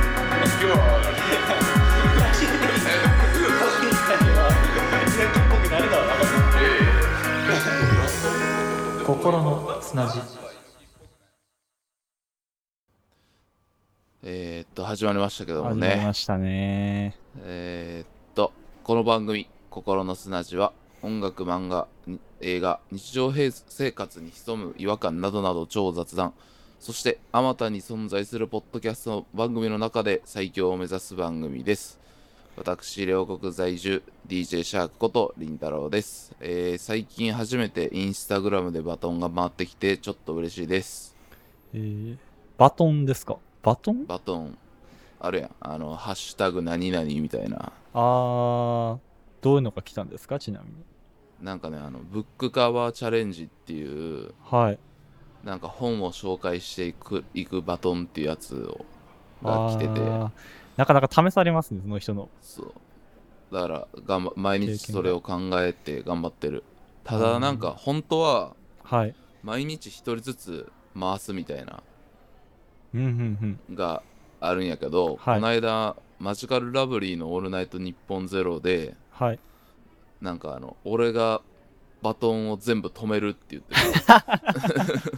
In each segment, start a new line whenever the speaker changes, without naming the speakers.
今日は
心のつなじ
えー、っと始まりましたけども
始まり
ね
ましたね。
えー、っとこの番組「心の砂地」は音楽漫画に映画日常平生活に潜む違和感などなど超雑談そしてあまたに存在するポッドキャストの番組の中で最強を目指す番組です私両国在住 DJ シャークことりんたろうです、えー、最近初めてインスタグラムでバトンが回ってきてちょっと嬉しいです
えーバトンですかバトン
バトンあるやんあの「ハッシュタグ何々」みたいな
あー、どういうのが来たんですかちなみに。
なんかねあのブックカバーチャレンジっていう
はい。
なんか本を紹介していくいくバトンっていうやつをが来てて
あーなかなか試されますね、その人の。
そうだから頑張毎
経験
日
が
それを考えて頑張ってるただなんか本当は
はい。
毎日一人ずつ回すみたいな
うんうん
があるんやけど、
はい
この間マジカルラブリーの「オールナイトニッポンゼロで
うん。はい。
なんかあの俺がバトンを全部止めるって言ってる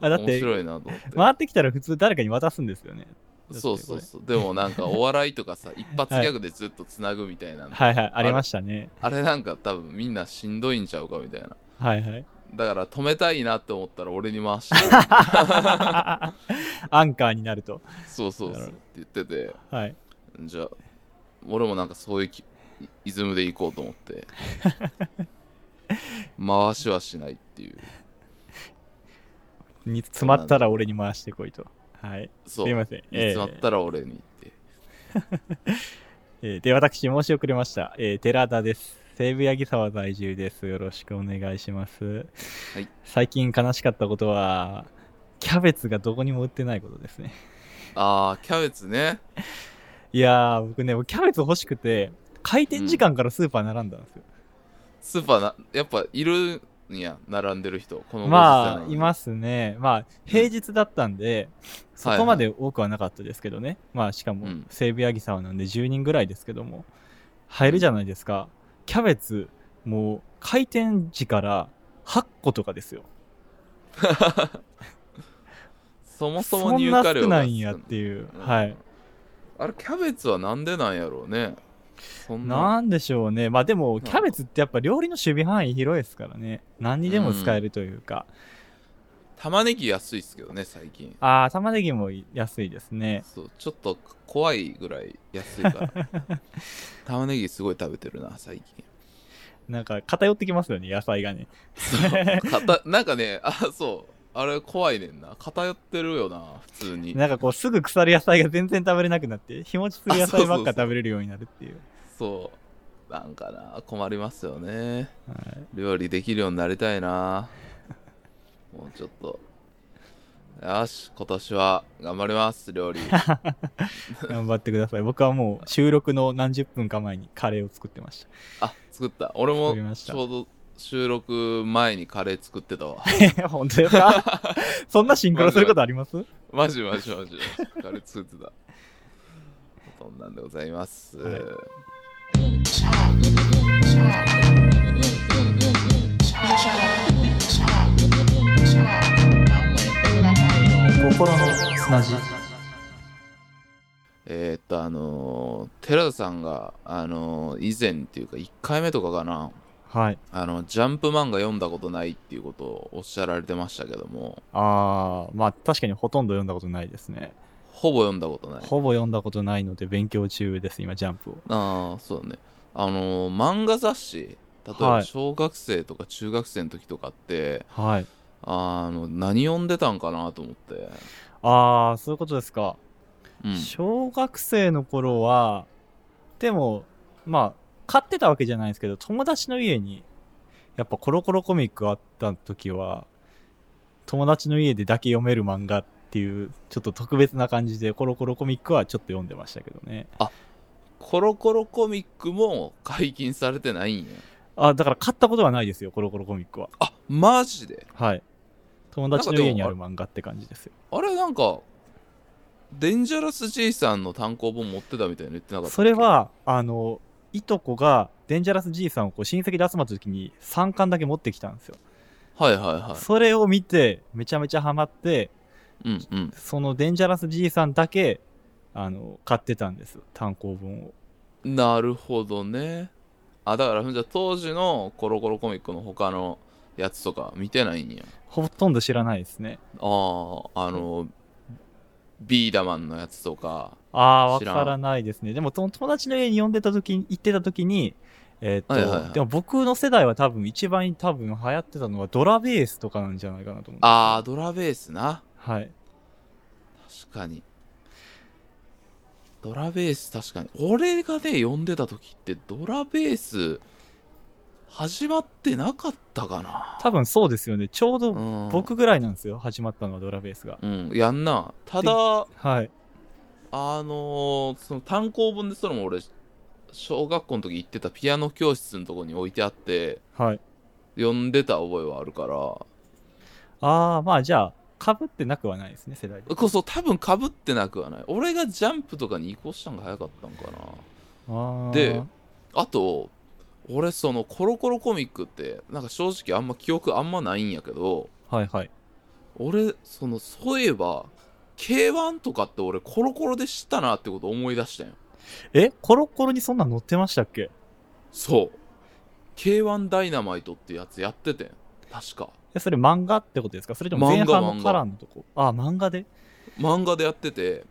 あ だっ
面
て、
白いなと思って
回ってきたら普通誰かに渡すんですよね。だって
そうそうそうでもなんかお笑い とかさ一発ギャグでずっとつなぐみたいなの、
はいはい、ありましたね。
あれなんか多分みんなしんどいんちゃうかみたいな
はいはい。
だから止めたいなって思ったら俺に回して
アンカーになると。
そうそうそうって言ってて
はい。
じゃあ俺もなんかそういうきイズムで行こうと思って 回しはしないっていう
に詰まったら俺に回してこいと。はい。
そう
すいませんええ
詰まったら俺にって、
えーで、私、申し遅れました。えー寺田です。西部八木沢在住です。よろしくお願いします。
はい
最近悲しかったことは、キャベツがどこにも売ってないことですね。
あーキャベツね
いやー、僕ね、キャベツ欲しくて、開店時間からスーパー並んだんですよ。
スーパーなやっぱいるんや並んでる人この
まあ、いますすね。まあ、平日だったんで、そこまで多くはなかったですけどね。まあ、しかも
うん、
西部八木沢なんで10人ぐらいですけども、入るじゃないですか。キャベツ、もう、開店時から8個とかですよ。
そもそ
そ
も
ん
入
な
荷
少
量が
な
少
いんやっていう、
うん
はい
あれキャベツはなんでなんやろうねそんな
なんでしょうねまあでもキャベツってやっぱ料理の守備範囲広いですからね何にでも使えるというか、
玉ねぎ安いっすけどね最近
ああ玉ねぎも安いですね
そうちょっと怖いぐらい安いから 玉ねぎすごい食べてるな最近
なんか偏ってきますよね野菜がね
そうかたなんかねあそうあれ怖いねんな偏ってるよな普通に
なんかこうすぐ腐る野菜が全然食べれなくなって日持ちする野菜ばっか
あそうそうそう
食べれるようになるっていう
そうなんかな困りますよね
はい
料理できるようになりた いなもうちょっとよし今年は頑張ります 料理
頑張ってください僕はもう収録の何十分か前にカレーを作ってました
あ作った俺も
作りまし
ち
た
ょうど収録前にカレー作ってたわ
え 本当ですかそんなシンクロすることあります
マジマジマジカレー作ってたそんなんでございます、
はい
心のつなじ
えーっとあのー寺田さんがあのー以前っていうか1回目とかかな
はい
あのジャンプ漫画読んだことないっていうことをおっしゃられてましたけども
ああまあ確かにほとんど読んだことないですね
ほぼ読んだことない
ほぼ読んだことないので勉強中です、今、ジャンプを。
ああそうだねあのー漫画雑誌例え
は
ば
い
小学生とか中学生の時とかって、
はい。
あの何読んでたんかなと思って、
ああ、そういうことですか。
うん、
小学生の頃は、でも、まあ、買ってたわけじゃないんですけど、友達の家に、やっぱコロコロコミックあった時は、友達の家でだけ読める漫画っていう、ちょっと特別な感じで、コロコロコミックはちょっと読んでましたけどね。
コロコロコミックも解禁されてないんや
あだから買ったことはないですよ、コロコロコミックは。
あマジで
はい。友達の家にある漫画って感じですよ。
あれなんかデンジャラス J さんの単行本持ってたみたいなの言ってなかったっけ
それはあのいとこがデンジャラス爺さんをこう親戚で集まった時に3巻だけ持ってきたんですよ、
はいはいは
それを見てめちゃめちゃハマって
いうんうん
そのデンジャラス爺さんだけあの買ってたんです単行本を
なるほどね。あ、だから、じゃあ当時のコロコロコミックの他のやつとか見てないんや。
ほとんど知らないですね
あーあの、ビーダマンのやつとか。
ああわ
知らん
からないですねでもと友達の家に呼んでた時に行ってた時にえーっと、
はいはいはい
でも僕の世代は多分一番多分流行ってたのはドラベースとかなんじゃないかなと思う
ああ、ドラベースな。
はい
確かに。ドラベース確かに。俺がね、呼んでた時ってドラベース始まってなかったかな。
多分そうですよねちょうど
うん。
僕ぐらいなんですよ始まったのはドラベースが
うん、やんな。ただ、
はい
あのーその単行本でそれも俺小学校の時行ってたピアノ教室のとこに置いてあって
はい
読んでた覚えはあるから
ああまあじゃあかぶってなくはないですね世代で
こそ多分かぶってなくはない俺がジャンプとかに移行したんが早かったんかな
あー
であと俺そのコロコロコミックってなんか正直あんま記憶あんまないんやけど
はいはい
俺そのそういえば K1 とかって俺コロコロで知ったなってこと思い出したんよ
えコロコロにそんなん載ってましたっけ
そう K1 ダイナマイトってやつやっててん確か
えそれ漫画ってことですかそれとも前
漫画
半
漫
の
画
カラーのとこああ漫画で
漫画でやってて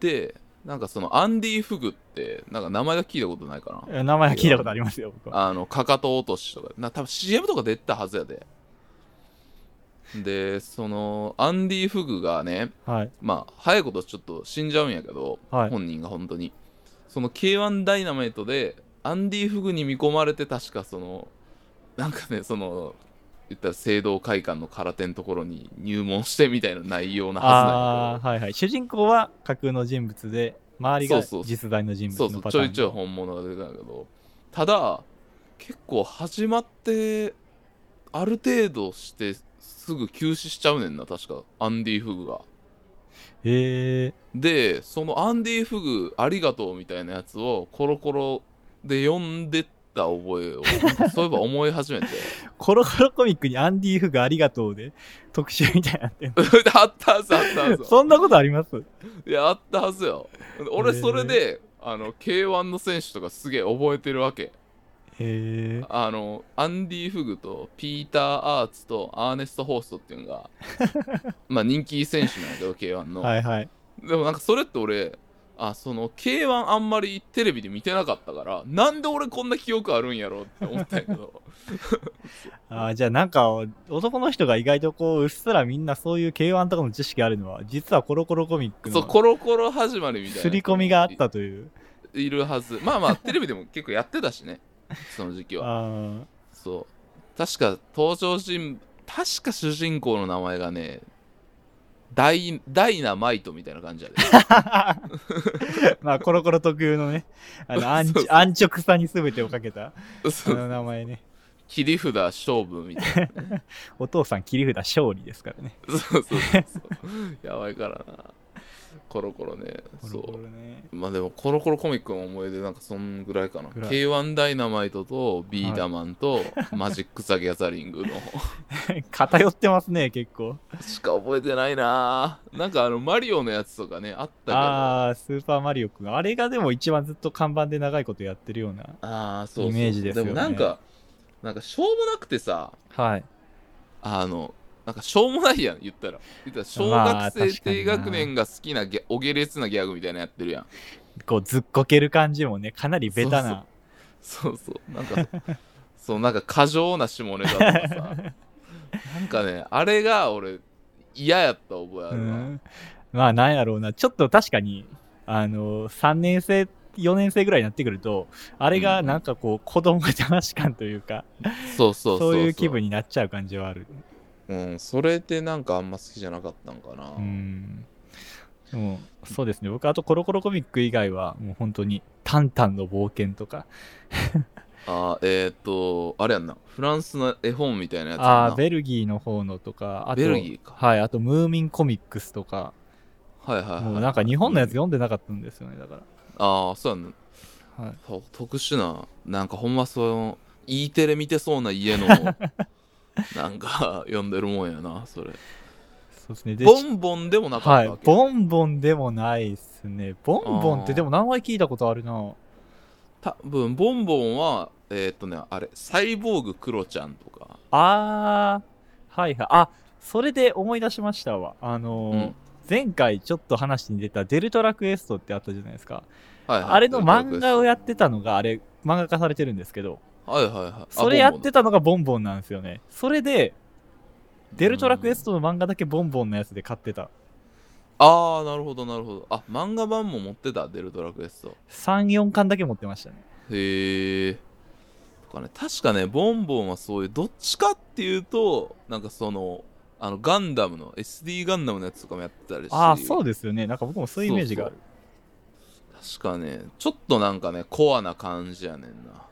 でなんかそのアンディ・フグってなんか名前が聞いたことないかな
え名前は聞いたことありますよ僕は
あのかかと落としとかな多分 CM とか出てたはずやででそのアンディ・フグがね
はい
まあ早いことちょっと死んじゃうんやけど、
はい
本人が本当にその K1 ダイナマイトでアンディ・フグに見込まれて確かそのなんかねその言ったら聖堂会館の空手のところに入門してみたいな内容なはずなんやけど
ああーはいはい主人公は架空の人物で周りが
そうそう
実在の人
そ
物
うそ
の
う
パタ
ち
ー
ょ
ン
いちょい本物が出てたんだけどただ結構始まってある程度してすぐ休止しちゃうねんな確かアンディ・フグが
へえ
でそのアンディ・フグありがとうみたいなやつをコロコロで読んでった覚えをなんかそういえば思い始めて
コロコロコミックにアンディ・フグありがとうで 特集みたいになってんの
あったはずあったはず
そんなことあります
いやあったはずよ俺それで、あの K1 の選手とかすげえ覚えてるわけ
へえ
あのアンディ・フグとピーター・アーツとアーネスト・ホーストっていう のがまあ人気選手なんだけど K1 の、
はいはい
でもなんかそれって俺あその K1 あんまりテレビで見てなかったからなんで俺こんな記憶あるんやろって思ったんや けど
あーじゃあなんか男の人が意外とこううっすらみんなそういう K1 とかの知識あるのは実はコロコロコミック
そう
の
コロコロ始まりみたいな
刷り込みがあったという
いいるはずまあまあテレビでも結構やってたし ねその時期は
あ
そう確か登場人確か主人公の名前がねダイダイナマイトみたいな感じやで
ーまあコロコロ特有のねあの安
そうそう
安直さに全てをかけたあ
そう
の名前ね
切り札勝負みた い
お父さん切り札勝利ですからね
なそうそうそうそうやばいからなコロコロね
コロコロ
そ
ね
うまあでもコロコロコミックの思い出なんかそんぐらいかな
ぐらい
K1 ダイナマイトとビーダマンとマジック・ザ・ギャザリングの
偏ってますね結構
しか覚えてないななんかあのマリオのやつとかねあったけどあ
ああースーパーマリオくんあれがでも一番ずっと看板で長いことやってるような
あーそうそう
イメージですよね
でもなんかなんかしょうもなくてさ
はい
あのなんかしょうもないやん言ったら言ったら小
まあ
学生
確かに
低
な
学年が好きなギャお下劣なギャグみたいなのやってるやん
こうずっこける感じもねかなりベタな
そうそうそうそうなんかそうなんか過剰な下ネタとかさなんかねあれが俺嫌やった覚えあ
う
るわ、
ん、まあなんやろうなちょっと確かにあの3年生4年生ぐらいになってくるとあれ
う
が
ん
なんかこう子供が楽し感というか
そうそうそ
そ
う
ういう気分になっちゃう感じはある
うんそれでなんかあんま好きじゃなかったんかな、
うんでもそうですね僕あとコロコロコミック以外はもう本当に「タンタンの冒険」とか
あーえーっとあれやんなフランスの絵本みたいなやつやんな
あーベルギーの方のとかあと
ベルギーか
はいあと「ムーミンコミックス」とか
はいはい、
も
は
う
い、
なんか日本のやつ読んでなかったんですよねだか
ああそうやん
ら、はい、
と特殊ななんかほんまその E テレ見てそうな 家のなんか読んでるもんやなそれ
そうですねで
ボンボンでもなか
は
ったわ
い
け、
ボンボンでもないっすねボンボンっ
あ
て
ー
でも名前聞いたことあるな
多分ボンボンはえーっとねあれサイボーグクロちゃんとか
あーはいはいあそれで思い出しましたわあのー
うん
前回ちょっと話に出た「デルトラクエスト」ってあったじゃないですか
はいはい
あれの漫画を
や
やってたのがあれ漫画化されてるんですけど
はいはいはいあ
それやっ
ボン
てたのがボンボンなんですよねそれで
ボン
デルトラクエ
うん
ストの漫画だけボンボンのやつで買ってた
ああなるほどなるほどあ漫画版も持ってたデルトラクエスト
34巻だけ持ってましたね
へえとかね確かねボンボンはそういうどっちかっていうとなんかそのあのガンダムの SD ガンダムのやつとかもやってたりして
ああそうですよねなんか僕もそういうイメージがある
確かねちょっとなんかねコアな感じやねんな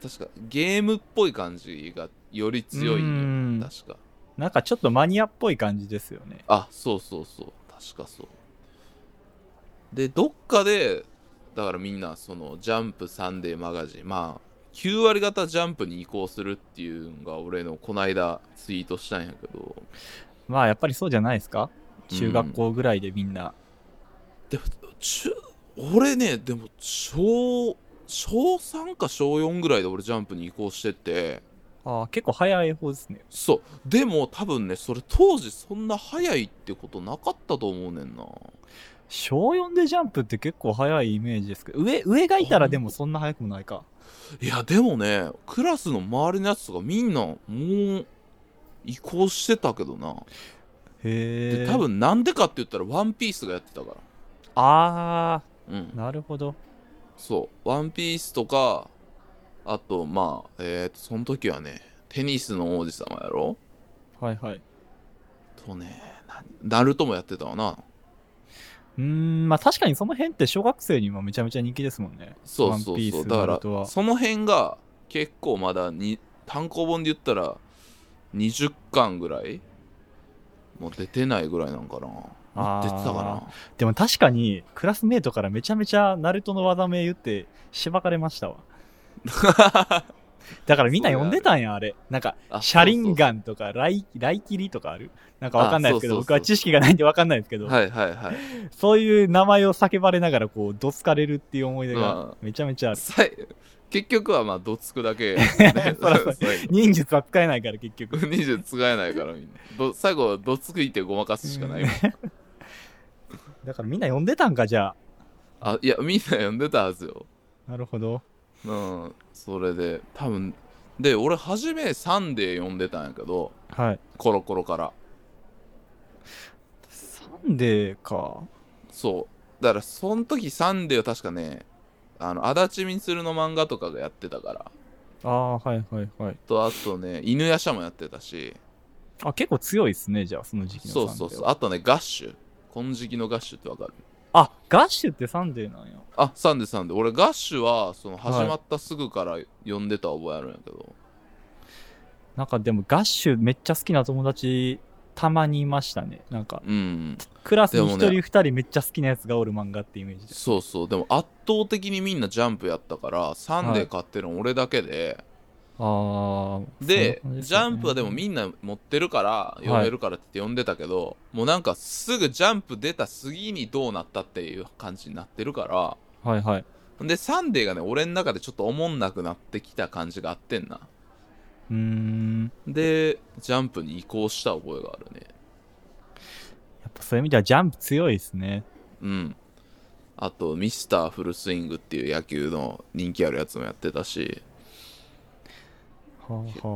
確かゲームっぽい感じがより強いね
うーん
確か
なんかちょっとマニアっぽい感じですよね
あそうそうそう確かそうでどっかでだからみんなその「ジャンプサンデーマガジン」まあ9割方ジャンプに移行するっていうのが俺のこないだツイートしたんやけど
まあやっぱりそうじゃないですか中学
うん
校ぐらいでみんな、
でも中俺ねでも小小3か小4ぐらいで俺ジャンプに移行してて
ああ結構早い方ですね
そうでも多分ねそれ当時そんな早いってことなかったと思うねんな
小4でジャンプって結構早いイメージですけど上上がいたらでもそんな早くもないか
いやでもねクラスの周りのやつとかみんなもう移行してたけどな、
へえ
で多分なんでかって言ったら「ワンピースがやってたか
あ
らう
あ
ん
なるほど
そう「ワンピースとかあとまあえー、とその時はねテニスの王子様やろ
はいはい
とねなナルトもやってたわな
うーんまあ確かにその辺って小学生にもめちゃめちゃ人気ですもんね
そうそ
ワンピー
うそう
ス
だ
ナル
か
ト
ら
は
その辺が結構まだに単行本で言ったら20巻ぐらいもう出てないぐらいなんかなも
あ
う
ー
出てたかな
でも確かにクラスメートからめちゃめちゃナルトの技名言ってしばかれました わだからみんな呼んでたんやあれなんか
あ
シャリン
そう
ガンとかライライキリとかあるなんかわかんないですけ
あそ
ど
うそうそう
僕は知識がないんでわかんないですけ
そ
ど、
うはいはいはい
そういう名前を叫ばれながらこうどつかれるっていう思い出
うん
がめちゃめちゃある、、
さい結局はまあどつくだけ、ね
そうそう
最後
忍術は使えないから結局
20つがえないからみんなど最後どつくいてごまかすしかないもん
だからみんな呼んでたんかじゃあ
あいやみんな呼んでたはずよ
なるほど
うんそれで多分で俺初め「サンデー」呼んでたんやけど
はい
コロコロから
サンデーか
そうだからその時サンデーは確かねあの足立みつるの漫画とかがやってたから
ああはいはいはい
とあとね犬夜叉もやってたし
あ結構強いっすねじゃあその時期のサン
そ
デー
う
は
そうそうあとねガッシュ金色のガッシュってわかる
あガッシュってサンデーなんや
あサンデーサンデー俺ガッシュはその
はい
始まったすぐから呼んでた覚えあるんやけど、
なんかでもガッシュめっちゃ好きな友達たまにいましたねなんか
うん
クラスに
で
一
もね
人二人めっちゃ好きなやつがおる漫画ってイメージです
そうそうでも圧倒的にみんなジャンプやったからサンデー買ってるの俺だけで、
ああ
でジャンプはでもみ
なん
な持ってるから
い
読めるからって呼んでたけど、もうなんかすぐジャンプ出た次にどうなったっていう感じになってるか
はいはい
らでサンデーがね俺の中でちょっとおもんなくなってきた感じがあってんな
うーん
でジャンプに移行した覚えがあるね
やっぱそういう意味ではジャンプ強いですね
うん。あと、ミスターフルスイングっていう野球の人気あるやつもやってたし、
はあは
結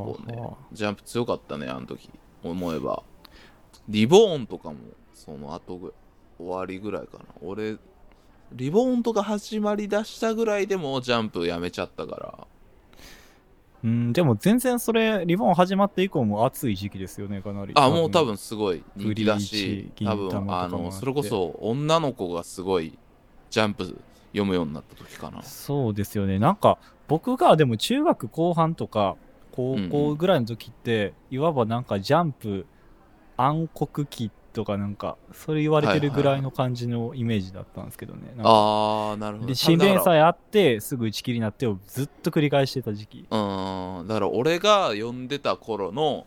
構
あ
ね
は、
ジャンプ強かったね、あの時、思えば。リボーンとかも、その後ぐ、終わりぐらいかな。俺、リボーンとか始まりだしたぐらいでもジャンプやめちゃったから。
あうんでも全然それリボン始まって以降も熱い時期ですよねかなり
あ、もう多分すごい人気だし
ブ、リーチ
多
銀魂とか
分、
もあ
あ
って
の、それこそ女の子がすごいジャンプ読むようになった時かな。
そうですよねなんか僕がでも中学後半とか高校ぐらいの時って、いわばなんかジャンプ暗黒期っとかなんかそれ言われてるぐらいの感じのイメージだったんですけどね、なんか
ああなるほど
で新
だ
連
から
載あってすぐ打ち切りになってをずっと繰り返してた時期
うんだから俺が読んでた頃の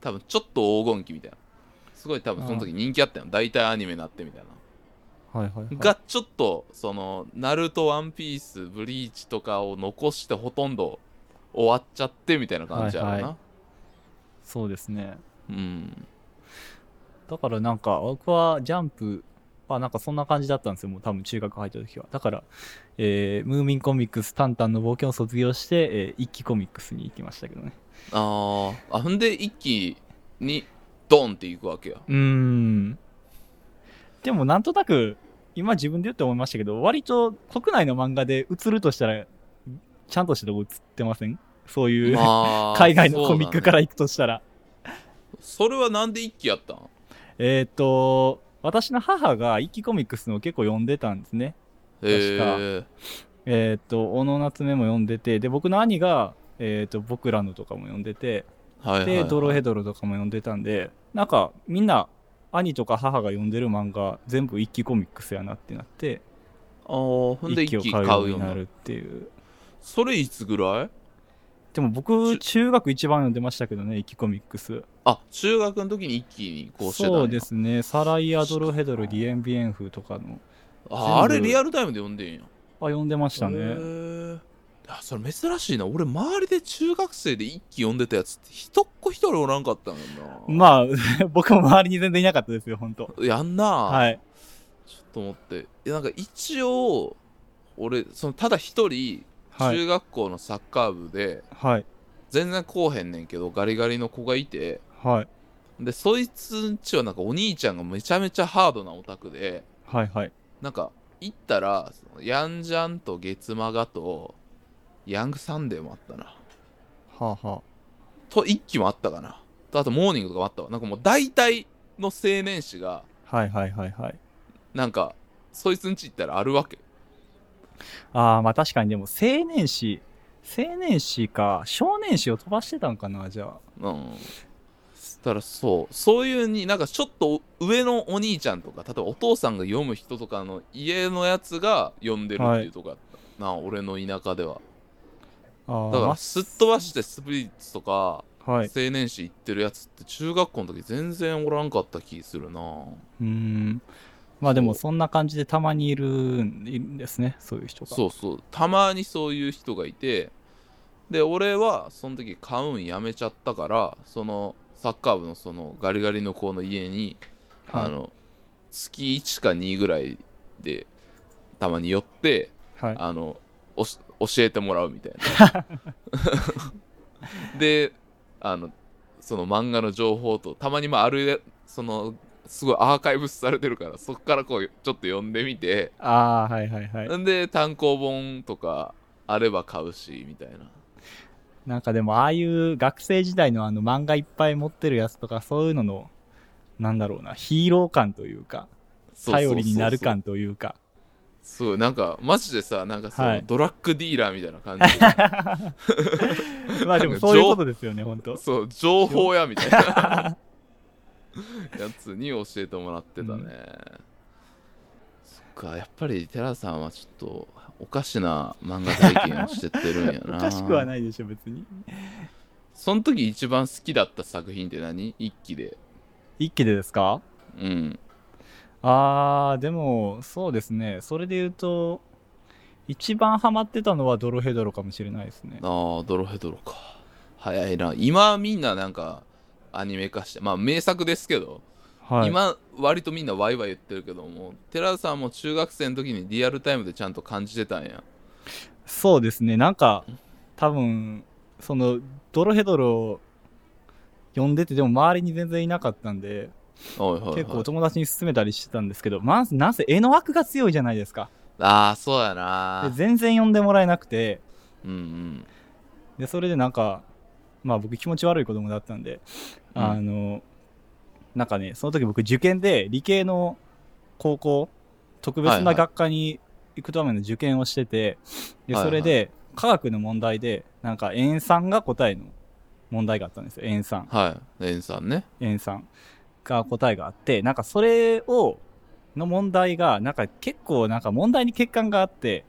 多分ちょっと黄金期みたいなすごい多分その時人気あったよ大体アニメになってみたいな
はいはい、はい、
がちょっとその「ナルトワンピースブリーチ」とかを残してほとんど終わっちゃってみたいな感じやろな、
はいはそうですね
うん
だからなんか僕はジャンプまあなんかそんな感じだったんですよもう多分中学入った時はだから、えームーミンコミックス「タンタンの冒険」を卒業して、えー一期コミックスに行きましたけどね
あーあほんで一気にドンっていくわけや
うーんでもなんとなく今自分で言って思いましたけど割と国内の漫画で映るとしたらちゃんとしたとこ映ってませんそういう、
まあ
海外のコミックから
そうだね
行くとしたら
それはなんで一気やったん
えーっ、と、私の母が一気コミックスのを結構読んでたんですね。
へえ
えーっ、と、小野夏目も読んでて、で、僕の兄が、えーっ、と、僕らのとかも読んでて、
はいはい、は
で、
い、
ドロヘドロとかも読んでたんで、なんか、みんな、兄とか母が読んでる漫画、全部一気コミックスやなってなって、
あーほんで一
一
気
気
買
を
う
買うよう
よう
に
にな
な
る
るっていう。
それいつぐらい
でも僕、中学一番読んでましたけどね、一気コミックス。
あ中学の時に一気にこうしてたんや
そうですね、サライア・ドロヘドロ、ディエンビエンフとかの、
ああ
全
れ
部
リアルタイムで読んでんや
あ、読んでました
へ
ね。
ーあそれ珍しいな俺周りで中学生で一気読んでたやつって一っ子一人おらんかったもんな
まあ、 僕も周りに全然いなかったですよ、本当。
やんな、
はい。
ちょっと思っていやなんか一応俺そのただ一人
はい。
中学校のサッカー部で
はい。
全然こうへんねんけどガリガリの子がいて
はい。
でそいつんちはなんかお兄ちゃんがめちゃめちゃハードなオタクで
はい。はい。
なんか行ったらそのヤンジャンと月マガとヤングサンデーもあったな
はあ、は
と一期もあったかなとあとモーニングとかもあったわなんかもう大体の青年誌が
あ。はい。はい。はい。はい。
なんかそいつんち行ったらあるわけ
ああ、まあ確かにでも、青年誌、青年誌か、少年誌を飛ばしてたんかな、じゃあ。
うんしたらそうそういうになんかちょっと上のお兄ちゃんとか例えばお父さんが読む人とかの家のやつが読んでるっていうとこやったな、俺の田舎では
ああ、
だから
ます
っ飛ばしてスプリッツとか
はい。
青年誌行ってるやつって中学校の時全然おらんかった気するな
うーん。まあでも、そんな感じでたまにいるんいるんですね、そういう人が。
そうそうたまにそういう人がいてで俺はその時買うんやめちゃったからそのサッカー部のそのガリガリの子の家に、
はい
あの月1か2ぐらいでたまに寄って
はい。
あのおし教えてもらうみたい なであのその漫画の情報とたまにまああるそのすごいアーカイブされてるからそっからこうちょっと読んでみて
ああ、はい。はい。はい。
んで単行本とかあれば買うしみたいな
なんかでもああいう学生時代のあの漫画いっぱい持ってるやつとかそういうののなんだろうなヒーロー感というか
そうそうそうそう
頼りになる感という か
そうなんかマジでさなんかその、
はい
ドラッグディーラーみたいな感じで
まあでもそういうことですよね本当
そう情報屋みたいな やつに教えてもらってたね、
うん
そっかやっぱり寺田さんはちょっとおかしな漫画体験をしてってるんや
お
な
かしくはいないでしょ別に
その時一番好きだった作品って何一期で
一気でですか
うん
あーでもそうですねそれで言うと一番ハマってたのはドロヘドロかもしれないですね
ああドロヘドロか早いな今みんななんかアニメ化してまあ名作ですけ
はい
ど、今割とみんなワイワイ言ってるけども寺田さんも中学生の時にリアルタイムでちゃんと感じてたんや
そうですね、なんか、多分その、ドロヘドロ呼んでて、でも周りに全然いなかったんで、
おいおいおい
結構友達に勧めたりしてたんですけど、まず、なんせ絵の枠が強いじゃないですか。
ああそうや
で
な
全然呼んでもらえなくて、
うんうん
でそれでなんか、まあ僕気持ち悪い子供だったんで、
うん
あの、なんかね、その時僕受験で理系の高校、特別
はいは
ない学科に行くための受験をしてて、で、
はいはい
それで科学の問題で、なんか塩酸が答えの問題があったんですよ、塩酸。
はいレンさんね
塩酸。が答えがあってなんかそれをの問題がなんか結構なんか問題に欠陥があって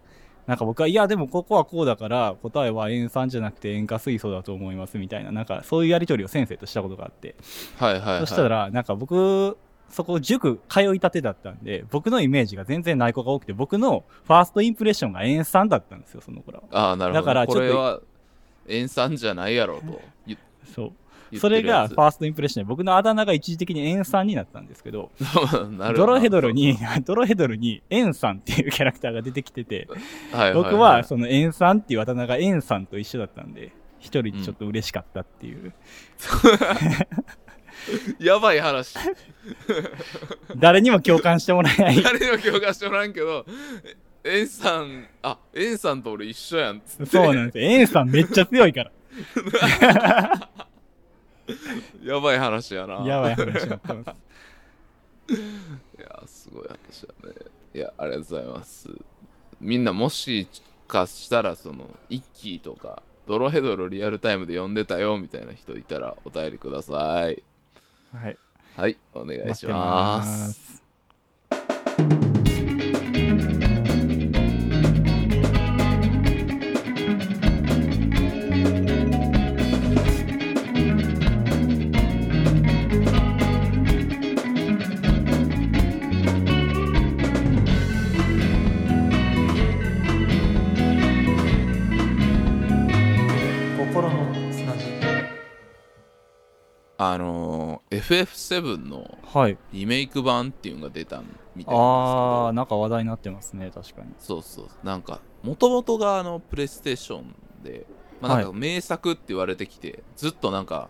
なんか僕はいやでもここはこうだから答えは塩酸じゃなくて塩化水素だと思いますみたいななんかそういうやり取りを先生としたことがあって
はいはい、はい、
そしたらなんか僕そこ塾通いたてだったんで僕のイメージが全然ない子が多くて僕のファーストインプレッションが塩酸だったんですよその頃は
ああなるほど
だからちょっ
ことれは塩酸じゃないやろと言
そう
言って
それ
るや
が
つ
ファーストインプレッションで僕のあだ名が一時的に塩酸になったんですけど
なるほど
ドロヘドロに ドロヘドロに塩酸っていうキャラクターが出てきてて
はいいい
僕はその塩酸っていうあだ名が塩さんと一緒だったんで一人ちょっと嬉しかったって いう、
やばい話
誰にも共感してもらえ ない
誰にも共感してもらんけどえ塩さんあ塩さんと俺一緒やんっつって
そうなんですよ塩さんめっちゃ強いから
やばい話やな
やばい話になってます
いやすごい話だねいやありがとうございますみんなもしかしたらそのイッキーとかドロヘドロリアルタイムで呼んでたよみたいな人いたらお便りください
はい
はいお願い
待
し
って
ま
ますす
心の砂地
あのー FF7 の
はい
リメイク版っていうのが出たみたい
あ
な
ー
んです
なんか話題になってますね確かに
けどそうそうなんかもともとがあのプレイステーションで、まあ、なんか名作って言われてきて、ずっとなんか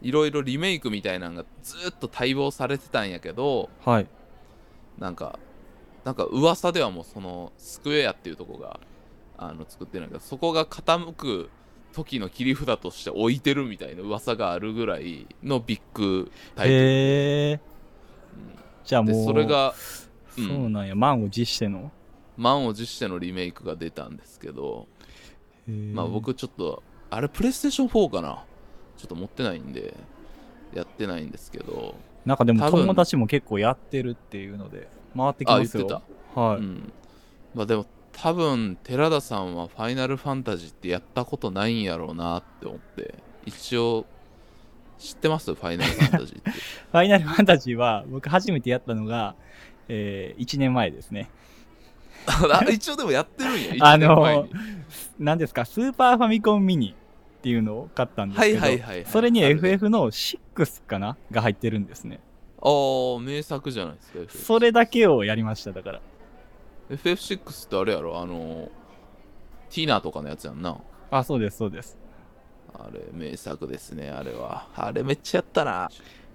いろいろリメイクみたいなのがずっと待望されてたんやけど
はい
なんかなんか噂ではもうそのスクエアっていうとこがあの作ってるんだけどそこが傾く時の切り札として置いてるみたいな噂があるぐらいのビッグタイトル、
へえー、
うん
じゃあ
で
もう
それがうん
そうなんや満を持しての、
満を持してのリメイクが出たんですけど、まあ僕ちょっとあれプレイステーション4かなちょっと持ってないんでやってないんですけど
なんかでも
多分
友達も結構やってるっていうので回ってき
あ
ま
言っ
す
て
よ
た、
はい、
うんまあでも多分寺田さんは「ファイナルファンタジー」ってやったことないんやろうなって思って一応知ってますファイナルファンタ ジーって
ファイナルファンタジーは僕初めてやったのが、え1年前ですね。
あ 一応でもやってるんや
あ
1年前
の
に、
何ですか、スーパーファミコンミニっていうのを買ったんです
は
け
い
ど、
はいはいはい
それに
あね
FF の6かなが入ってるんですね。
あー名作じゃないですか FF
それだけをやりました、だから。
FF6 ってあれやろあのティナとかのやつやんな
あ、そうです、そうです。
あれ名作ですねあれはあれめっちゃやったな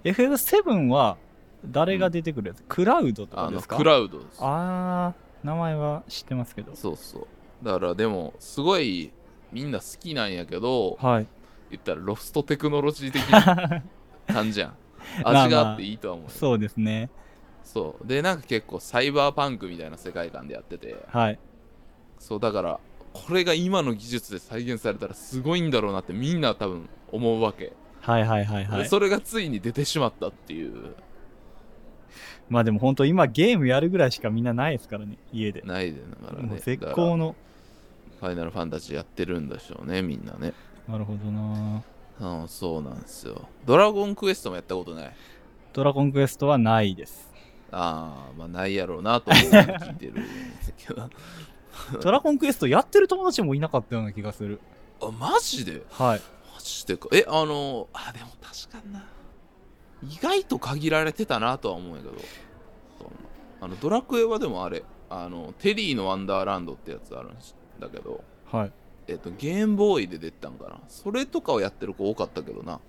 FF7 は誰が出てくるやつ、クラウドとか
あ
で
の
すか
クラウドです
あー、名前は知ってますけど。
そうそうだからでもすごいみんな好きなんやけど
はい。
言ったらロストテクノロジー的な感じやん
まあ
味があっていいとは思う、
そうですね。
そうでなんか結構サイバーパンクみたいな世界観でやってて
はい。
そうだからこれが今の技術で再現されたらすごいんだろうなってみんな多分思うわけ、
はいはいはいはい
で。それがついに出てしまったっていう
まあでも本当今ゲームやるぐらいしかみんなないですからね、家で。
ないでだから
もう
ね
絶
だから
好の。
ファイナルファンタジーやってるんでしょうね、みんなね。
なるほどな
うん、そうなんですよ。ドラゴンクエストもやったことない。
ドラゴンクエストはない です。
ああ、まあないやろうなと思って聞いてるんですけど。
ドラゴンクエストやってる友達もいなかったような気がする。
あ、マジで
はい。
マジでか。え、あの、あ、でも確かにな。意外と限られてたなとは思うんやけど。そうあの、ドラクエはでもあれ、あの、テリーのワンダーランドってやつあるんだけど、
はい。
えっと、ゲームボーイで出てたんかな。それとかをやってる子多かったけどな。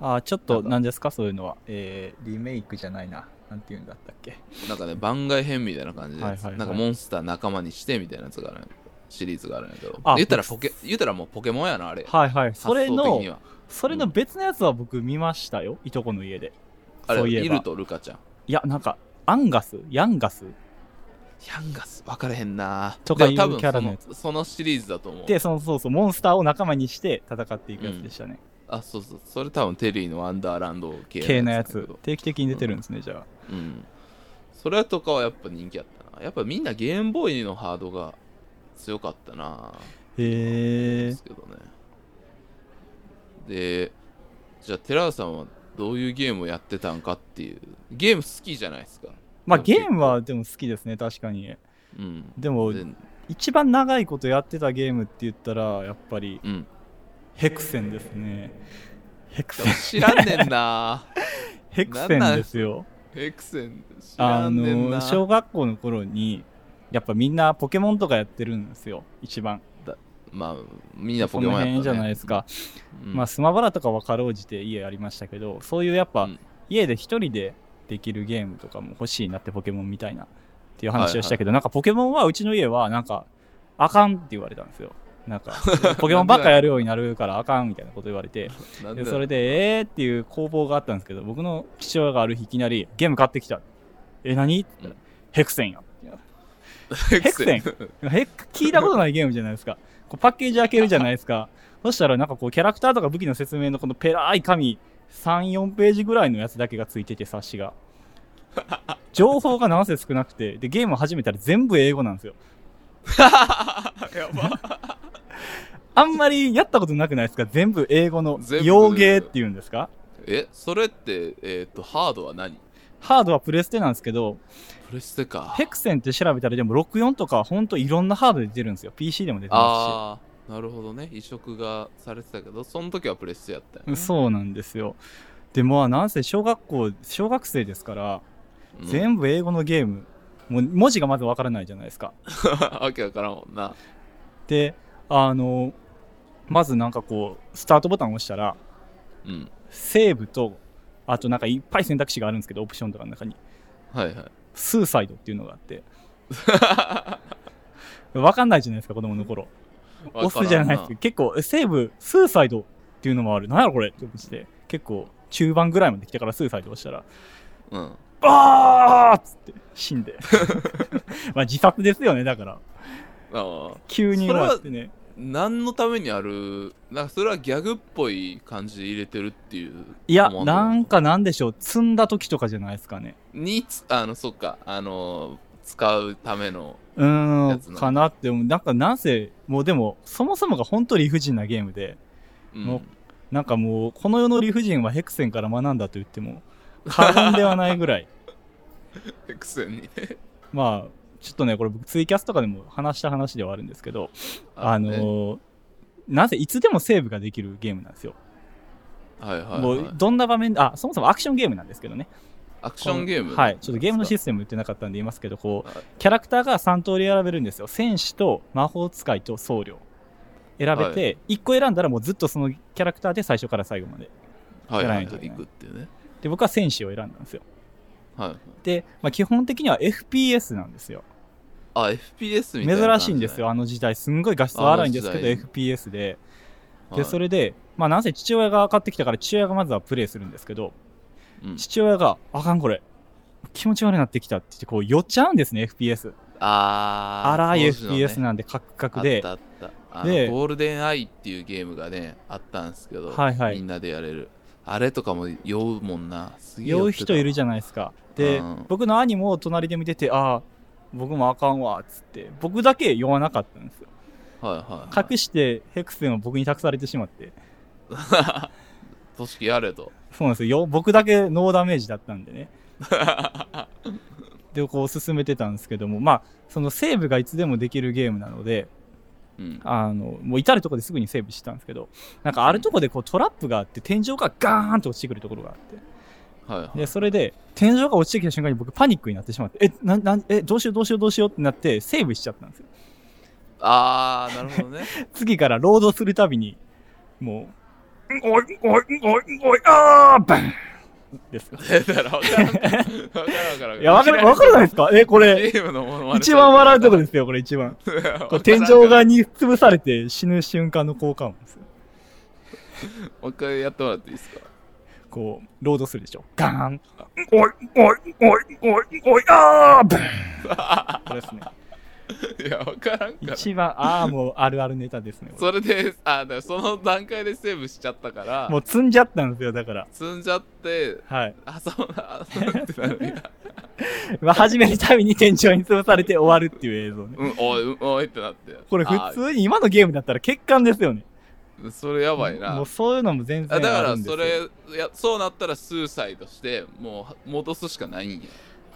あーちょっ
な
と
んだ
何ですかそういうのは。えー、リメイクじゃないな。なんていうんだったっけ。
なんかね、番外編みたいな感じで、
はいはいはい
なんかモンスター仲間にしてみたいなやつがあるんやシリーズがあるんやけど
あ、
言ったらポケ、言ったらもうポケモンやな、あれ。
はいはい。それ
発想
の
的に、は
それの別のやつは僕見ましたよ。いとこの家で。
あれ
そういえば
イルとルカちゃん。
いや、なんか、アンガスヤンガス
ヤンガス、分かれへんな
とかいう
でも多分
キャラのやつ
そのそのシリーズだと思う。
で、その、そうそう、モンスターを仲間にして戦っていくやつでしたね。
あそうそうそれ多分テリーのワンダーランド
系
系
のや
だ
つ
けど
定期的に出てるんですね、じゃあ
うんそれとかはやっぱ人気やったなやっぱみんなゲームボーイのハードが強かったな
へ
で
え
すけどねでじゃあ寺田さんはどういうゲームをやってたんかっていうゲーム好きじゃないですか
まあゲームはでも好きですね確かに
うん
でも
で
一番長いことやってたゲームって言ったらやっぱり
うん
ヘクセンですねヘク
で
セ
も
ン
知らんねんな
ヘクセンですよ
エクセン知ら
あ
んねんな
の小学校の頃にやっぱみんなポケモンとかやってるんですよ一番
まあみんなポケ
そ
モ
の
ンやった、ね、
辺じゃないですか、
うん、
まあスマブラとかはかろうじて家ありましたけどそういうやっぱ、
うん
家で一人でできるゲームとかも欲しいなってポケモンみたいなっていう話をしたけど、なんかポケモンはうちの家はなんかあかんって言われたんですよなん かポケモンばっかやるようになるからあかんみたいなこと言われて
なん
で
で
それでえーっていう攻防があったんですけど僕の父親がある日いきなりゲーム買ってきたえ何って言ったら、ヘクセンや
エ
ヘクセンえ聞いたことないゲームじゃないですかこうパッケージ開けるじゃないですかそしたらなんかこうキャラクターとか武器の説明のこのペラーい紙34ページぐらいのやつだけがついてて冊子が情報がなんせ少なくてでゲーム始めたら全部英語なんですよ
やば
あんまりやったことなくないですか全部英語の
全部
洋芸っていうんですか
えそれってえっ、とハードは何プ
ハードはプレステなんですけど
レステか
ヘクセンって調べたらでも64とかほんといろんなハードで出てるんですよ PC でも出てますし
ああなるほどね移植がされてたけどその時はプレステやったよ、
う
ね、
んそうなんですよでまあなんせ小学校小学生ですから
うん、部
全部英語のゲームもう文字がまずわからないじゃないですか
わけわからんもんな
であのまずなんかこうスタートボタンを押したら
うん
セーブとあとなんかいっぱい選択肢があるんですけどオプションとかの中に
はいはい
スーサイドっていうのがあ ってわかんないじゃないですか子供の頃押すじゃないですか結構えセーブスーサイドっていうのもあるなんやろこれって思って結構中盤ぐらいまで来てからスーサイド押したら
うんは
あーっつって死んで まあ自殺ですよねだから
あー
急に終わってね
何のためにあるなんかそれはギャグっぽい感じで入れてるっていう
いや
思わんの
なんかなんでしょう積んだ時とかじゃないですかね
につあのそっかあの使うための
う
や
ー
つ
ん
な
かなって思うなんかなんせもうでもそもそもが本当理不尽なゲームで
うん
もなんかもうこの世の理不尽はヘクセンから学んだと言っても過言ではないぐら い
エクセンにね
まあちょっとねこれ僕ツイキャスとかでも話した話ではあるんですけどあの
ね
ーなんせいつでもセーブができるゲームなんですよ、
はいはい、
も
は
う
い、
どんな場面であそもそもアクションゲームなんですけどね
アクションゲーム
はいちょっとゲームのシ
ス
ステム言ってなかったんで言いますけどこう
はい
キャラクターが3通り選べるんですよ戦士と魔法使いと僧侶選べて、1個選んだらもうずっとそのキャラクターで最初から最後まで
はいはい、
じゃない
行くっていうね
で僕は戦士を選んだんですよ
はいはい
で、まあ、基本的には FPS なんですよ
あ FPS みたいな
珍
感じ
しいんですよ
ね
あの時代すんごい画質は荒いんですけど
あの時
FPS で
はい
でそれで、まあ、なんせ父親が買ってきたから父親がまずはプレイするんですけど
うん
父親が「あかんこれ気持ち悪くなってきた」って言ってこう寄っちゃうんですね FPS
あー
荒い
当時のね
FPS なんでカクカクで
あったあったあの
で
ゴールデンアイっていうゲームがねあったんですけど、
はいはい
みんなでやれるあれとかも酔うもんなすげえ
酔う人いるじ
ゃ
ゃないですかで、
うん
僕の兄も隣で見ててああ僕もあかんわっつって僕だけ酔わなかったんですよ
んはいはい、はい、
隠してヘクセンを僕に託されてしまって
組織やれと
そうなんですよよ僕だけノーダメージだったんで ねでこう進めてたんですけどもまあそのセーブがいつでもできるゲームなので
うん
あのもう至るとこですぐにセーブしてたんですけどなんかあるとこでこうトラップがあって天井がガーンと落ちてくるところがあって
はいはい
でそれで天井が落ちてきた瞬間に僕パニックになってしまってえななんえどうしようどうしようどうしようってなってセーブしちゃったんですよ
あーなるほ どね
次からロードするたびにもう「んおいんおいんおいんおいあーバン!」です
出たら分からんから分からんから
いやわかるわからないですかえこれ
ゲームのもの
一番笑うとこ
で
ですよこれ一番こう天
天
井側に潰されて死ぬ瞬間の効果音ですよ
もう一回やってもらっていいですか
こうロードするでしょガーンんおいんおいんおいんおいんおいあーバンこれですね
いや、わからんから。
一番、ああ、もうあるあるネタですね。こ
それで、あ、だからその段階でセーブしちゃったか
れ
ら、
もう積んじゃったんですよ、だから。
積んじゃって、
はい。
あ、そうな、あそうなってなるんや。
まあ、始めるたびに天井に潰されて終わるっていう映像ね。
うん、おい、うん、 おいってなって。
これ普通に今のゲームだったら欠陥ですよね。
あそれやばい
も
な
う。そういうのも全然
あだか
ある
ら、
んです
そ
よ。
れ、いや、そうなったらスーサイドして、もう戻すしかないんや。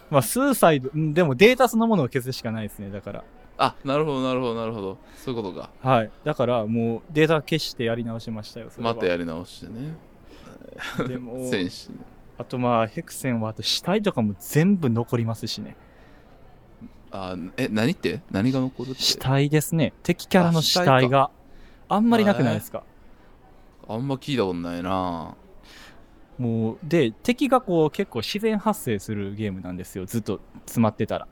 まあ、スーサイド、うんでもデータそのものを消すしかないですね、だから。
あ、なるほど、なるほど、なるほど。そういうことか。
はい。だからもうデータ消してやり直しましたよ、それは
またやり直してね。
でも、
戦士。
あとまあ、ヘクセンはあと死体とかも全部残りますしね。
あ、え、何って何が残るって
死体ですね。敵キャラの死
あ
体
死体
が。あんまりなくないですか。
あんま聞いたことないな
もう、で、敵がこう結構自然発生するゲームなんですよ、ずっと詰まってたら。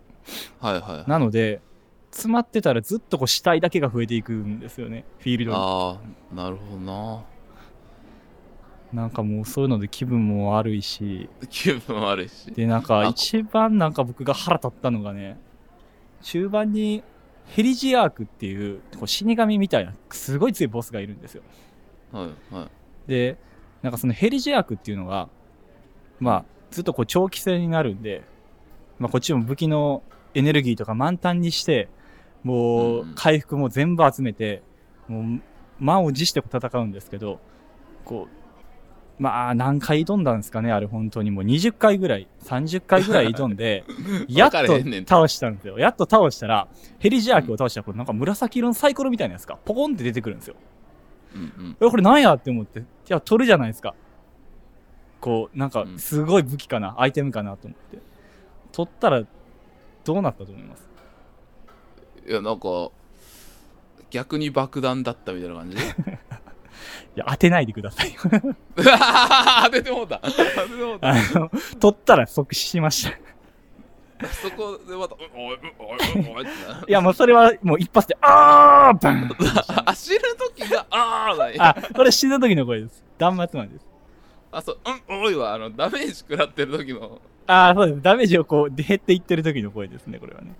はいはい。
なので、詰まってたらずっとこう死体だけが増えていくんですよね、フィールドに。
ああ、なるほどな
なんかもうそういうので気分も悪いし、
気分悪いし。
で、なんか
あ
一番なんか僕が腹立ったのがね、中盤にヘリジアークっていうこう死神みたいなすごい強いボスがいるんですよ。
はいはい。
で、なんかそのヘリジアークっていうのが、まあずっとこう長期戦になるんで、まあこっちも武器のエネルギーとか満タンにして、も
う
うん回復も全部集めて、もう満を持して戦うんですけど、こう、まあ何回挑んだんですかね、あれ本当にもう20回ぐらい、30回ぐらい挑ん で、やっと
分かれへんねんて
倒したんですよ。やっと倒したら、ヘリジアークを倒したら、これなんか紫色のサイコロみたいなやつがポコンって出てくるんですよ。
うんうん。
え、これなんやって思って、いや、取るじゃないですか。こう、なんか
う、ん
すごい武器かな、アイテムかなと思って。取ったら、どうなったと思います
いや、なんか、逆に爆弾だったみたいな感じ
いや、当てないでください。
当ててもうた当ててもうた
あの、取ったら即死しました。い
そこでまた、うんおい、うんおい、うんおいってなる。
や、もうそれは、もう一発で、あーバン
あ、知るときが、あーだね。
あ、これ死ぬ時の声です。断末魔です。
あ、そう、うん、おいは、あの、ダメージ食らってる時の、
あーそうです。ダメージをこう、減っていってる時の声ですね、これはね。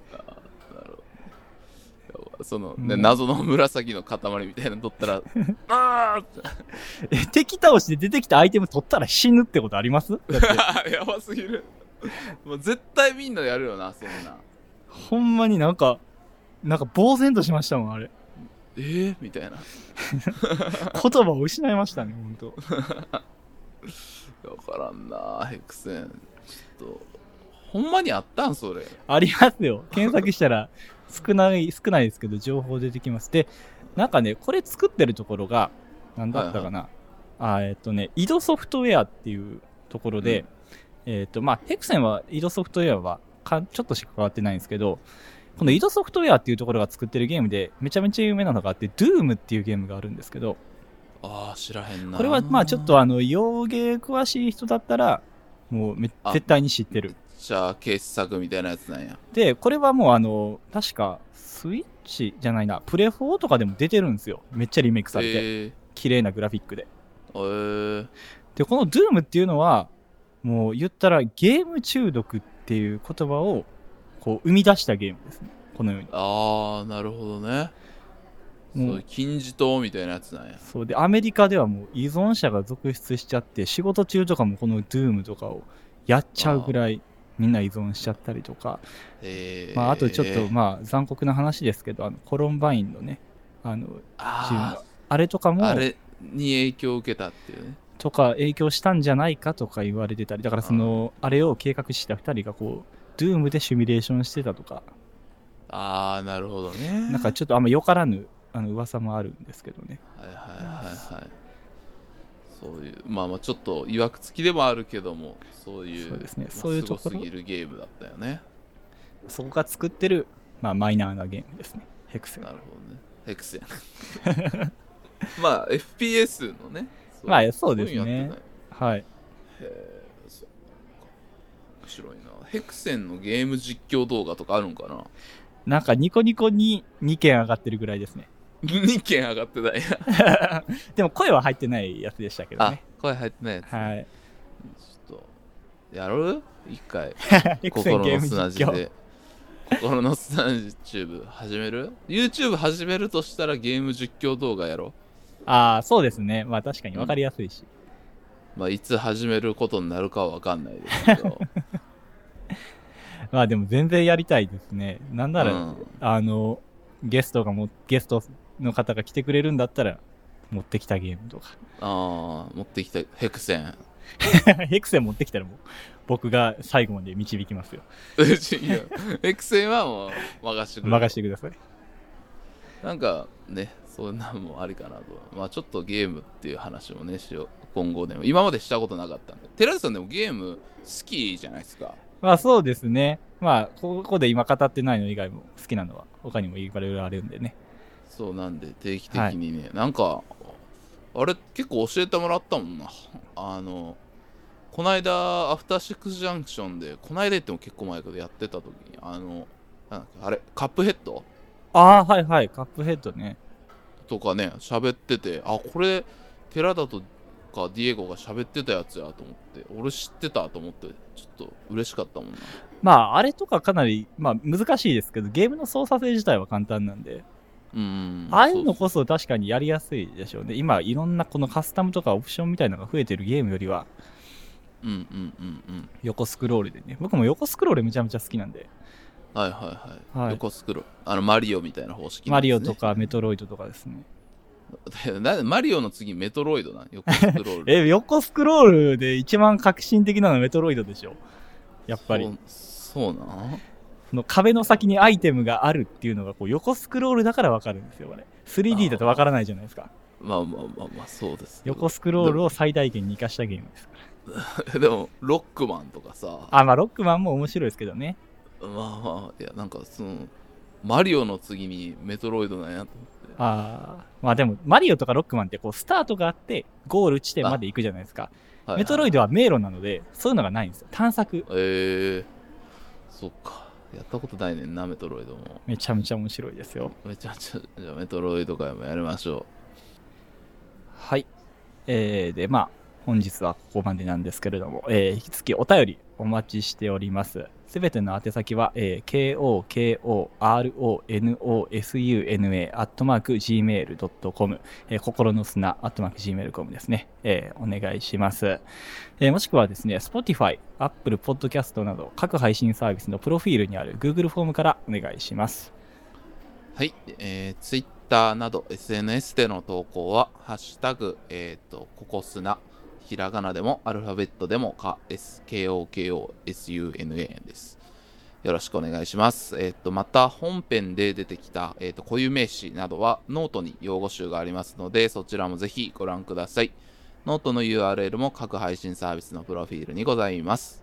その、ね
うん
謎の紫の塊みたいなの取っ たら、あーって
え敵倒して出てきたアイテム取ったら死ぬってことありますだって
やばすぎる。もう絶対みんなやるよな、そんな。
ほんまになんか、なんか、呆然としましたもん、あれ。
えー、みたいな。
言葉を失いましたね、本当。
わからんなヘクセン。ちょっと、ほんまにあったんそれ。
ありますよ。検索したら少ない、少ないですけど、情報出てきます。で、なんかね、これ作ってるところが、なんだったかな。あーえっとね、井戸ソフトウェアっていうところで、えっと、まあ、ヘクセンは井戸ソフトウェアはかちょっとしか変わってないんですけど、この井戸ソフトウェアっていうところが作ってるゲームで、めちゃめちゃ有名なのがあって、Doom っていうゲームがあるんですけど、
ああ、知らへんな
これはまあちょっとあの、洋芸詳しい人だったら、もうめ
あ
絶対に知ってる。
じゃあ、傑作みたいなやつなんや。
で、これはもうあの、確か、スイッチじゃないな、プレ4とかでも出てるんですよ。めっちゃリメイクされて。
えー、え
綺麗なグラフィックで。
ー、
で、この Doom っていうのは、もう言ったらゲーム中毒っていう言葉を、こう、生み出したゲームですね。このように。
ああ、なるほどね。
うん
そう、金字塔みたいなやつなんや。
そうで、アメリカではもう依存者が続出しちゃって、仕事中とかもこの Doom とかをやっちゃうぐらい、みんな依存しちゃったりとか、
えー、
まあ、あとちょっと、まあ、残酷な話ですけど、あの、コロンバインのね、あの、
あ
あれとか
ー
も、
あれに影響を受けたっていうね。
とか影響したんじゃないかとか言われてたりだからそのあれを計画した2人がこうドゥームでシミュレーションしてたとか
ああ、なるほどね。
なんかちょっとあんまよからぬあの噂もあるんですけどね
はいはいはいはい。そういう、まあまあちょっと、いわくつきでもあるけども、そういう、
そうですね
まあ
そういうところ
すごすぎるゲームだったよね。
そこが作ってる、まあ、マイナーなゲームですねヘクセン
なるほどね。ヘクセン。 まあ、FPS のね。そ
まあそうですね
こいのやってない
はい
へーそっか面白いな。ヘクセンのゲーム実況動画とかあるんかな
なんかニコニコに2件上がってるぐらいですね
?2 件上がってないや。
でも声は入ってないやつでしたけど
あ
ね、
声入ってないやつ。
はい
ちょっと、やる一回。
ヘクセン
心
ゲー
の
ム
砂地
実況
で。心の砂 YouTube 始める ?YouTube 始めるとしたらゲーム実況動画やろ。
ああ、そうですね。まあ確かに分かりやすいし。
まあ、いつ始めることになるかはわかんないですけど。
まあでも全然やりたいですね。なんなら、
うん
あの、ゲストがも、ゲストの方が来てくれるんだったら、持ってきたゲームとか。
ああ、持ってきた、ヘクセン。
ヘクセン持ってきたらもう、僕が最後まで導きますよ。
うちいやヘクセンはもう任してくれ。
任してください。
なんかね、そんなんもありかなと。まあちょっとゲームっていう話もね、しよう。今後でも。今までしたことなかったんで。寺内さんでもゲーム好きじゃないですか。
まあそうですね。まあ、ここで今語ってないの以外も好きなのは、他にもいろいろあるんでね。
そうなんで、定期的にね。なんか、あれ結構教えてもらったもんな。あの、こないだ、アフターシックスジャンクションで、こないだ言っても結構前やけどやってた時に、あの、なんだっけあれ、カップヘッド
ああ、はいはい。カップヘッドね。
とかね喋っててあこれ寺田とかディエゴが喋ってたやつやと思って俺知ってたと思ってちょっと嬉しかったもんな
まあ、あれとかかなり、まあ難しいですけど、ゲームの操作性自体は簡単なんで、
うん
ああいうのこそ確かにやりやすいでしょうね。今、いろんなこのカスタムとかオプションみたいなのが増えてるゲームよりは、
うんうんうんうん
横スクロールでね。僕も横スクロールめちゃめちゃ好きなんで、
はいはいはい、
はい
横スクロールあのマリオみたいな方式な
マ
んで
リ
す
オ
ね
とかメトロイドとかですね。
なんでマリオの次メトロイドなん横スクロー ル
え、横スクロールで一番革新的なのはメトロイドでしょ。やっぱり。
そうそうなん
その壁の先にアイテムがあるっていうのがこう横スクロールだから分かるんですよ、あれ。3D だと分からないじゃないですか。
まあまあまあまあそうですけど
横スクロールを最大限に活かしたゲームですから。
でもロックマンとかさ
あ、まあ、ロックマンも面白いですけどね。
まあまあいやなんかそのマリオの次にメトロイドなんやと思って
あーまあでも、マリオとかロックマンってこう、スタートがあって、ゴール地点まで行くじゃないですか。
はいはい
メトロイドは迷路なので、そういうのがないんですよ。探索。
ええそっか。やったことないねんな、メトロイドも。
めちゃめちゃ面白いですよ。
めちゃめちゃ、じゃあメトロイド会もやりましょ
はい。えー、で、まあ、本日はここまでなんですけれども、えー引き続きお便りお待ちしております。すべての宛先は、えー、KOKORONOSUNA アットマーク Gmail.com、えー心の砂アットマーク Gmail.com ですね、えーお願いします。えーもしくはですね、Spotify、Apple Podcast など各配信サービスのプロフィールにある Google フォームからお願いします。
う。はい。えー、Twitter など SNS での投稿は、ハッシュタグ、えっ、と、ココスナ、ひらがなでもアルファベットでもか、SKOKOSUNA です。よろしくお願いします。えっ、と、また、本編で出てきた、えっ、と、固有名詞などは、ノートに用語集がありますので、そちらもぜひご覧ください。ノートの URL も各配信サービスのプロフィールにございます。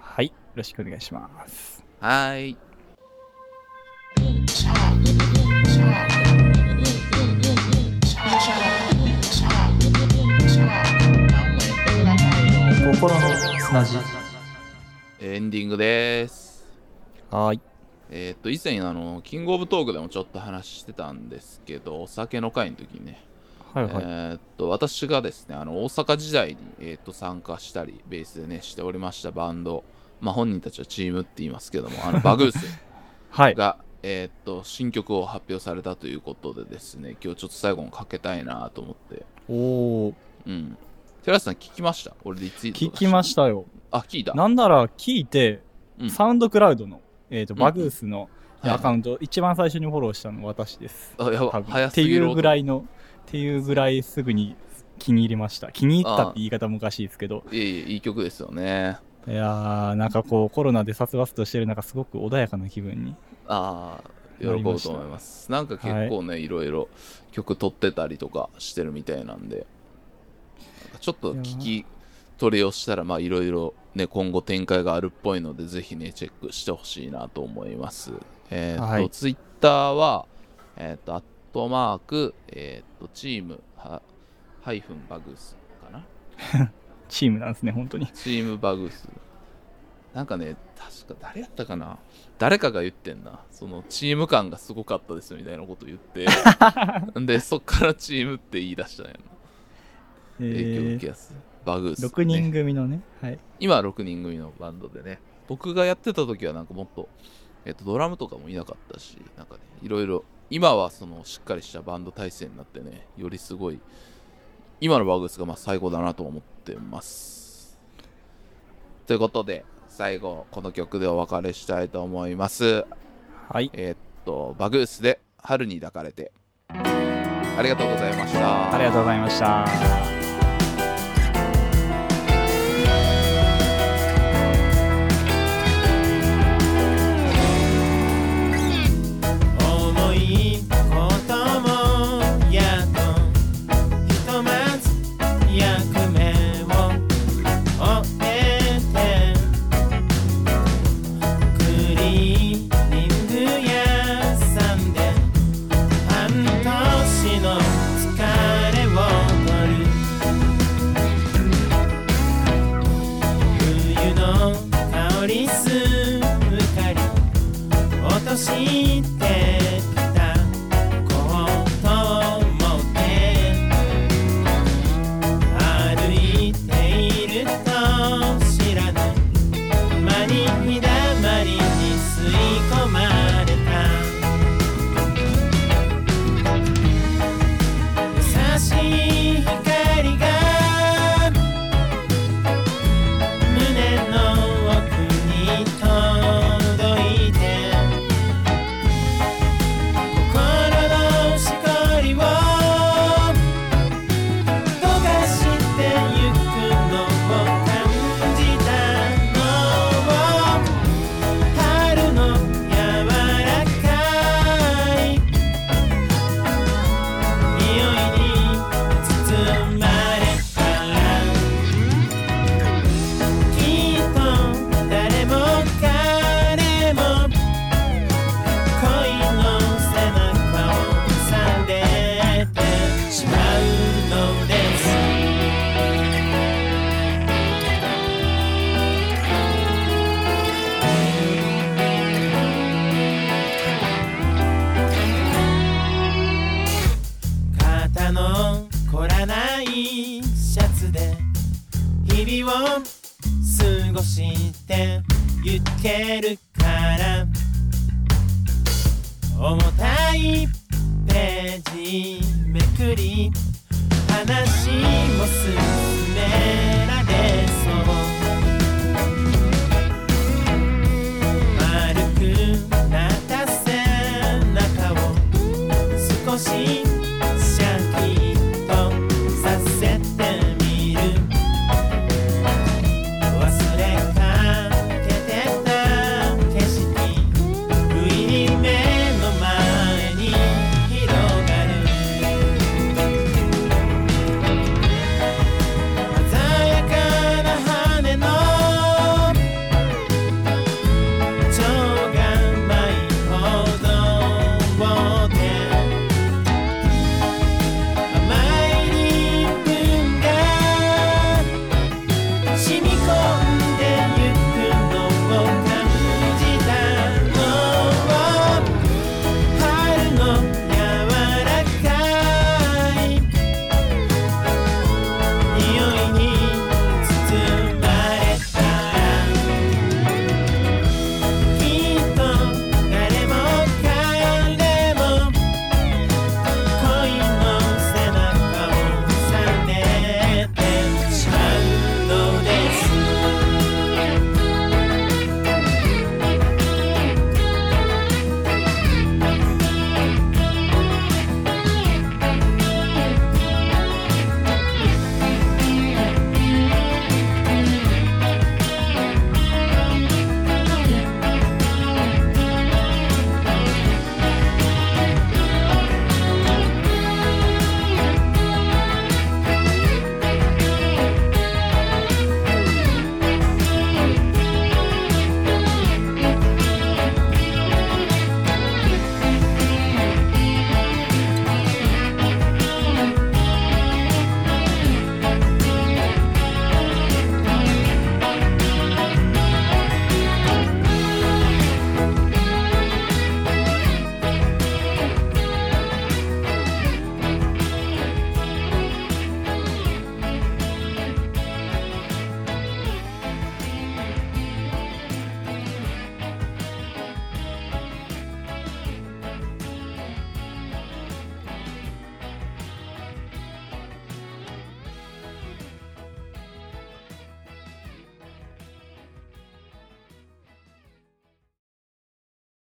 はい。よろしくお願いします。
はーい。
心の砂地
エンディングです。
はい。
えーっと、以前、あの、キングオブトークでもちょっと話してたんですけど、お酒の会の時にね、
はい
えーっと、私がですね、あの、大阪時代に、えーっと、参加したり、ベースでね、しておりましたバンド、まあ、本人たちはチームって言いますけども、あの、バグース
はい。
が、えーっと、新曲を発表されたということでですね、今日ちょっと最後にかけたいなと思って、
おお。
うん。寺橋さん聞きました俺でいつ。
聞きましたたよ。
あ、聞いた。
なんなら聞いて、
うん
サウンドクラウドの、えっ、と、
うん
バグースの
はい
アカウント、一番最初にフォローしたの私です。
あ、やば、
多分
早
っ
す
てい
ぎる
う
男
ぐらいの、っていうぐらいすぐに気に入りました。気に入ったって言い方もおかしいですけど、
いえいえ、いい曲ですよね。
いやー、なんかこう、コロナで殺伐としてる中、すごく穏やかな気分に。
ああ、喜
なりま
ぶ
し
と
た
思います。なんか結構ね、い、ろいろ曲撮ってたりとかしてるみたいなんで、なんかちょっと聞き取りをしたら、まあいろいろね、今後展開があるっぽいので、ぜひね、チェックしてほしいなと思います。えっ、と、
はい
ツイッターは、えっ、と、アットマーク、えっ、と、チームは、ハイフンバグスかな
チームなんですね、本当に。
チームバグース。なんかね、確か誰やったかな誰かが言ってんな。そのチーム感がすごかったですみたいなこと言って。で、そっからチームって言い出したんやな。
え
影響受け
ー、
やすい。バグース、ね。
6人組のね、はい。
今は6人組のバンドでね。僕がやってた時はなんかもっとえっと、ドラムとかもいなかったし、なんかね、いろいろ、今はそのしっかりしたバンド体制になってね、よりすごい、今のバグスがまあ最高だなと思ってます。ということで、最後、この曲でお別れしたいと思います。
はい。
えっと、バグースで春に抱かれて。ありがとうございました。
ありがとうございました。
重いこともやっとひとまず役目を終えてクリーニング屋さんで半年の疲れを取る冬の香りすっかり落としてたこともって歩いていると知らない間に日だまりに吸い込まれた優しい光が胸の奥に届いて心のしこりを溶かしてゆくのを感じたのを春の柔らかい匂いに包まれたらきっと誰も彼も恋の背中を挟んでってしまうのです肩の凝らないシャツで日々を過ごしてゆけるから重たいページめくり話を進め